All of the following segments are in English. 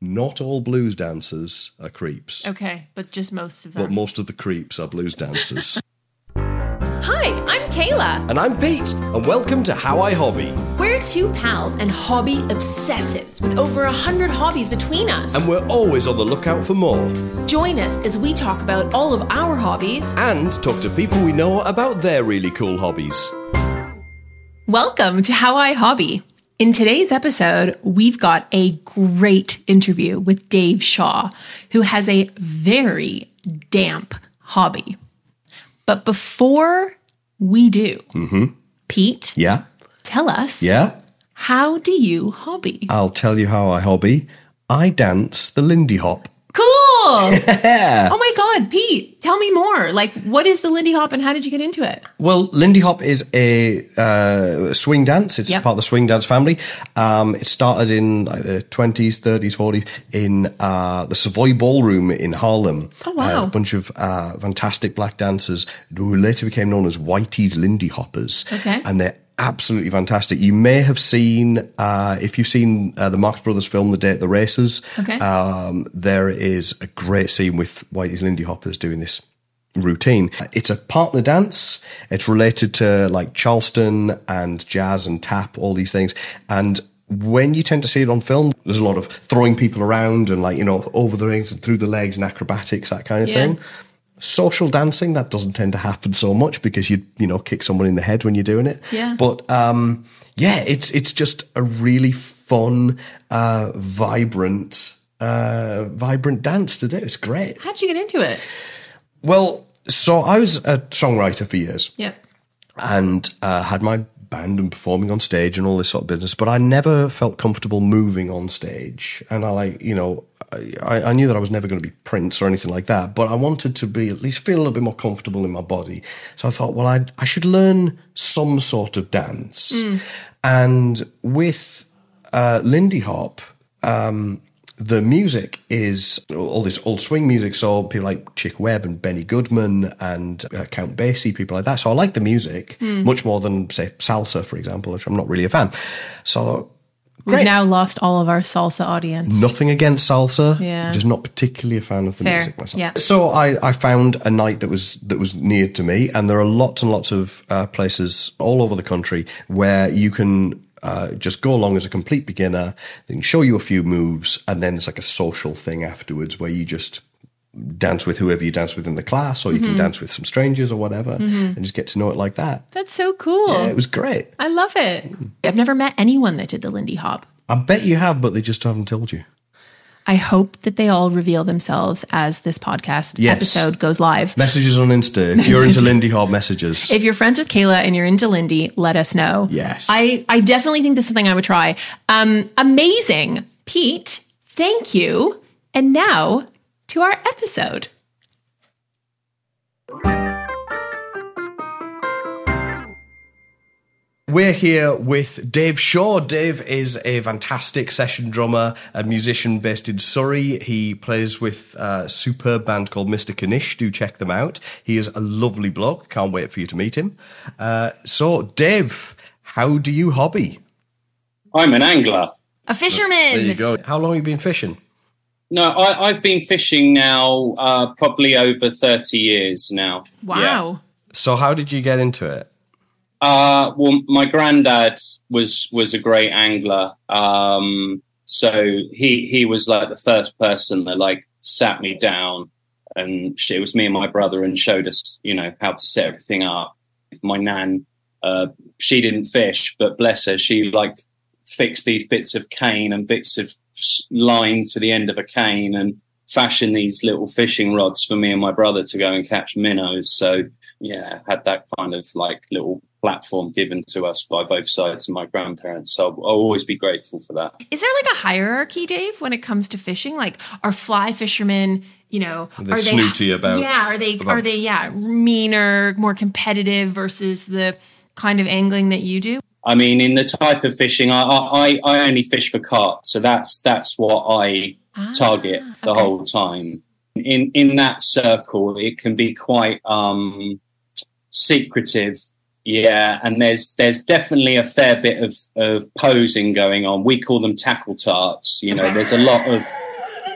not all blues dancers are creeps, Okay, but just most of them. but most of the creeps are blues dancers. Hi, I'm Kayla. and I'm Pete, and welcome to How I Hobby. We're two pals and hobby obsessives with over a hundred hobbies between us. And we're always on the lookout for more, Join us as we talk about all of our hobbies. and talk to people we know about their really cool hobbies. Welcome to How I Hobby. In today's episode, we've got a great interview with Dave Shaw, who has a very damp hobby. But before we do, Pete, Yeah? tell us Mm-hmm. Yeah? how do you hobby? I'll tell you how I hobby. I dance the Lindy Hop. Cool. Oh my God, Pete, tell me more. Like, what is the Lindy Hop and how did you get into it? Well, Lindy Hop is a uh, swing dance. It's Yep. part of the swing dance family. Um, it started in like, the 20s, 30s, 40s in uh, the Savoy Ballroom in Harlem. Oh, wow. Uh, a bunch of uh, fantastic black dancers who later became known as Whitey's Lindy Hoppers. Okay. And they're absolutely fantastic. You may have seen, uh, if you've seen uh, the Marx Brothers film, The Day at the Races, Okay. um, there is a great scene with Whitey's Lindy Hoppers doing this routine. It's a partner dance. It's related to like Charleston and jazz and tap, all these things. And when you tend to see it on film, there's a lot of throwing people around and like, you know, over the rings and through the legs and acrobatics, that kind of Yeah. thing. Social dancing, that doesn't tend to happen so much because you, you know, kick someone in the head when you're doing it. Yeah. But um, yeah, it's it's just a really fun, uh, vibrant, uh, vibrant dance to do. It's great. How'd you get into it? Well, so I was a songwriter for years Yep. and uh, had my band and performing on stage and all this sort of business, but I never felt comfortable moving on stage. And I like, you know, I, I knew that I was never going to be Prince or anything like that, but I wanted to be at least feel a little bit more comfortable in my body. So I thought, well, I, I should learn some sort of dance. And with uh, Lindy Hop, um, the music is all this old swing music. So people like Chick Webb and Benny Goodman and uh, Count Basie, people like that. So I like the music much more than say salsa, for example, which I'm not really a fan. So We've now lost all of our salsa audience. nothing against salsa, Yeah. just not particularly a fan of the Fair, music myself. yeah. So I, I found a night that was that was near to me, and there are lots and lots of uh, places all over the country where you can. Uh, just go along as a complete beginner. They can show you a few moves, and then there's like a social thing afterwards where you just dance with whoever you dance with in the class, or you Mm-hmm. can dance with some strangers or whatever, and just get to know it like that. That's so cool. Yeah, it was great. I love it. I've never met anyone that did the Lindy Hop. I bet you have, but they just haven't told you. I hope that they all reveal themselves as this podcast Yes. episode goes live. Messages on Insta. If you're into Lindy Hop messages, If you're friends with Kayla and you're into Lindy, let us know. Yes. I, I definitely think this is something I would try. Um, amazing. Pete, thank you. And now to our episode. We're here with Dave Shaw. Dave is a fantastic session drummer and musician based in Surrey. He plays with a superb band called Mr. Kanish. Do check them out. He is a lovely bloke. Can't wait for you to meet him. Uh, so, Dave, how do you hobby? I'm an angler. A fisherman. go. How long have you been fishing? No, I, I've been fishing now uh, probably over 30 years now. Yeah. Wow. So, how did you get into it? Uh, well, my granddad was was a great angler, um, so he he was like the first person that like sat me down, and sh it was me and my brother, and showed us you know how to set everything up. My nan, uh, she didn't fish, but bless her, she like fixed these bits of cane and bits of s- line to the end of a cane and fashioned these little fishing rods for me and my brother to go and catch minnows. So yeah, had that kind of like little platform given to us by both sides of my grandparents. So I'll, I'll always be grateful for that. Is there like a hierarchy, Dave, when it comes to fishing? Like, are fly fishermen, you know, are They're snooty about- Yeah, are they about- are they yeah meaner, more competitive versus the kind of angling that you do? I mean, in the type of fishing, I I, I I only fish for carp, so that's that's what I target the Ah, okay. whole time. In in that circle, it can be quite um, secretive, yeah. And there's there's definitely a fair bit of of posing going on. We call them tackle tarts. You know, there's a lot of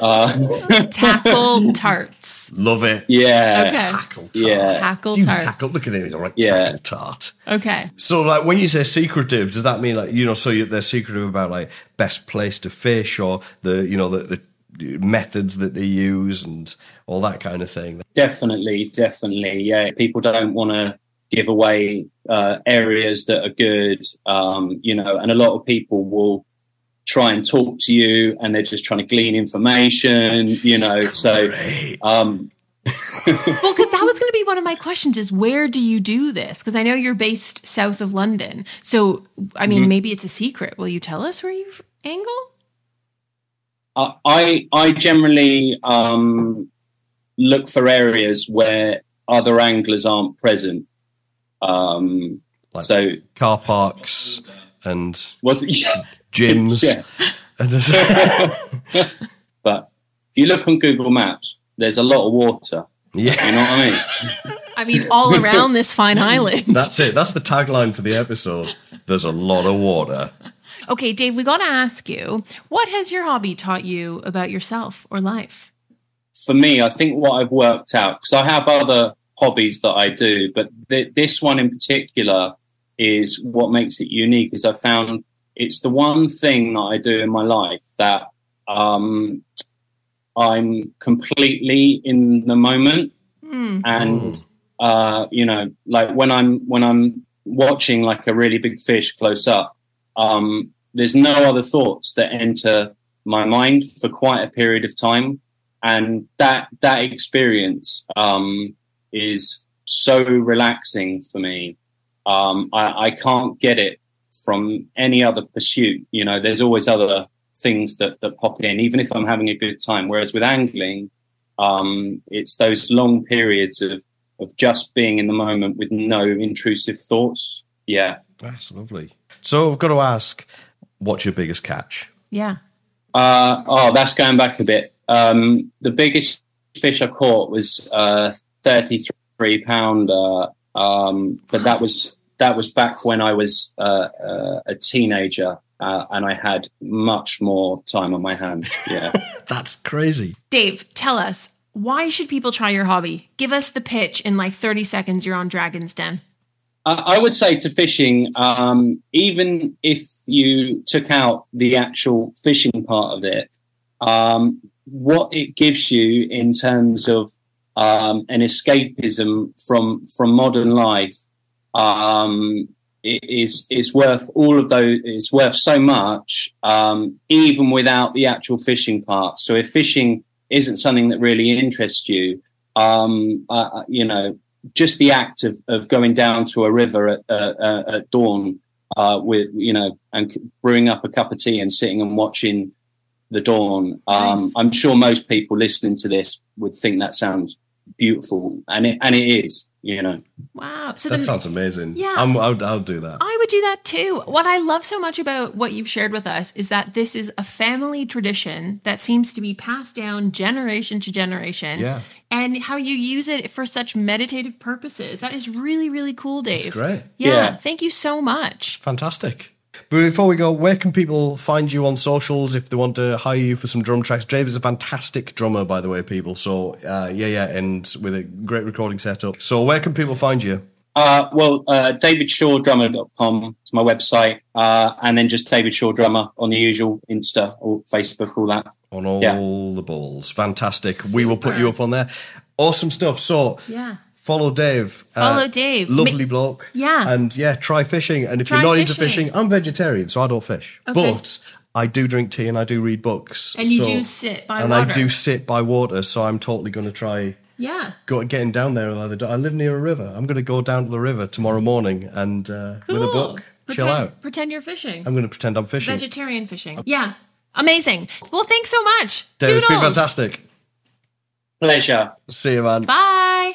Uh, Tackle tarts. Love it. yeah. Okay. Tackle tart. Yeah. Tackle You tart. tackle. Look at him. He's all right. Yeah. Tackle tart. Okay. So, like, when you say secretive, does that mean like you know? So you, they're secretive about like best place to fish or the you know the, the methods that they use and all that kind of thing. Definitely, definitely. Yeah, people don't want to give away uh, areas that are good, um, you know, and a lot of people will try and talk to you and they're just trying to glean information, you know. So, Great. um, Well, because that was going to be one of my questions: is where do you do this? Because I know you're based south of London, so I Mm-hmm. mean, maybe it's a secret. Will you tell us where you angle? I- I I generally um, look for areas where other anglers aren't present. Um, Like- so Car parks and was it? gyms. Yeah. And- but if you look on Google Maps, there's a lot of water. yeah. You know what I mean? I mean, all around this fine island. That's it. That's the tagline for the episode. There's a lot of water. Okay, Dave, we got to ask you: what has your hobby taught you about yourself or life? for me, I think what I've worked out because I have other hobbies that I do, but th- this one in particular is what makes it unique. Is I found it's the one thing that I do in my life that um, I'm completely in the moment, Hmm. Mm. and uh, you know, like when I'm when I'm watching like a really big fish close up, um, there's no other thoughts that enter my mind for quite a period of time, and that that experience um, is so relaxing for me. Um, I, I can't get it from any other pursuit. You know, there's always other things that, that pop in, even if I'm having a good time. Whereas with angling, um, it's those long periods of of just being in the moment with no intrusive thoughts. Yeah. That's lovely. So I've got to ask, what's your biggest catch? Yeah. Uh, oh, that's going back a bit. Um, the biggest fish I caught was uh, 33 pounder, um, but that was that was back when I was uh, uh, a teenager. Uh, and I had much more time on my hands. Yeah. That's crazy. Dave, tell us why should people try your hobby? Give us the pitch in like 30 seconds. You're on Dragon's Den. I I would say to fishing, um, even if you took out the actual fishing part of it, um, what it gives you in terms of um, an escapism from from modern life um, i- is is worth all of those. It's worth so much, um, even without the actual fishing part. So if fishing isn't something that really interests you, um, uh, you know, just the act of, of going down to a river at, uh, uh, at dawn uh, with you know and c- brewing up a cup of tea and sitting and watching the dawn um, Nice. i'm sure most people listening to this would think that sounds beautiful and it and it is you know Wow. So That the, sounds amazing. Yeah. I'm, I'll, I'll do that. I would do that too. What I love so much about what you've shared with us is that this is a family tradition that seems to be passed down generation to generation. Yeah. And how you use it for such meditative purposes. That is really, really cool, Dave. It's great. Yeah, Yeah. Thank you so much. Fantastic. But before we go, where can people find you on socials if they want to hire you for some drum tracks? Dave is a fantastic drummer, by the way, people. So, uh, yeah, yeah, and with a great recording setup. So, where can people find you? Uh, well, uh, davidshawdrummer.com is my website, uh, and then just David Shaw Drummer on the usual Insta or Facebook, all that. On all Yeah. the balls. Fantastic. We will put you up on there. Awesome stuff. So, Yeah. follow Dave. uh, Follow Dave. Lovely bloke. Yeah. And yeah, try fishing. And if Try you're not into fishing. fishing, I'm vegetarian, so I don't fish. Okay. But I do drink tea and I do read books. And you so- do sit by and water. I do sit by water, so I'm totally going to try Yeah. go, getting down there. Another day. I live near a river. I'm going to go down to the river tomorrow morning and uh, with a Cool. book, chill Pretend- out. Pretend you're fishing. I'm going to pretend I'm fishing. Vegetarian fishing. Yeah. Amazing. Well, thanks so much. Dave, it's been Toodles. fantastic. Pleasure. See you, man. Bye.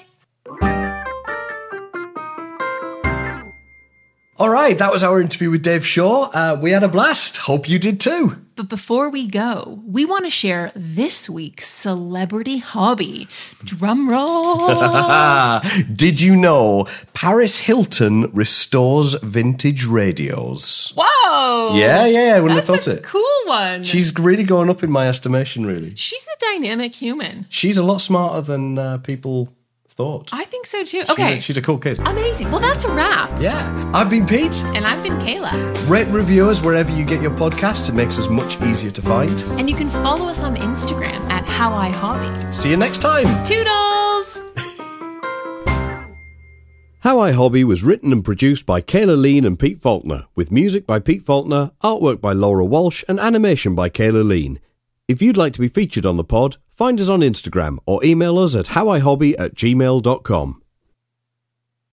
All right, that was our interview with Dave Shaw. Uh, we had a blast. Hope you did too. But before we go, we want to share this week's celebrity hobby. Drum roll. Ah, Did you know Paris Hilton restores vintage radios? Whoa. Yeah, yeah, I wouldn't have Oh, That's thought a it. cool one. She's really going up in my estimation, really. She's a dynamic human. She's a lot smarter than uh, people thought. I think so too. She's a- Okay. She's a, cool kid. Amazing. Well, that's a wrap. Yeah. I've been Pete. And I've been Kayla. Rate reviewers wherever you get your podcasts. It makes us much easier to find. And you can follow us on Instagram at How I Hobby. See you next time. Toodles! How I Hobby was written and produced by Kayla Lean and Pete Faulkner, with music by Pete Faulkner, artwork by Laura Walsh, and animation by Kayla Lean. If you'd like to be featured on the pod, find us on Instagram or email us at howihobby at gmail.com.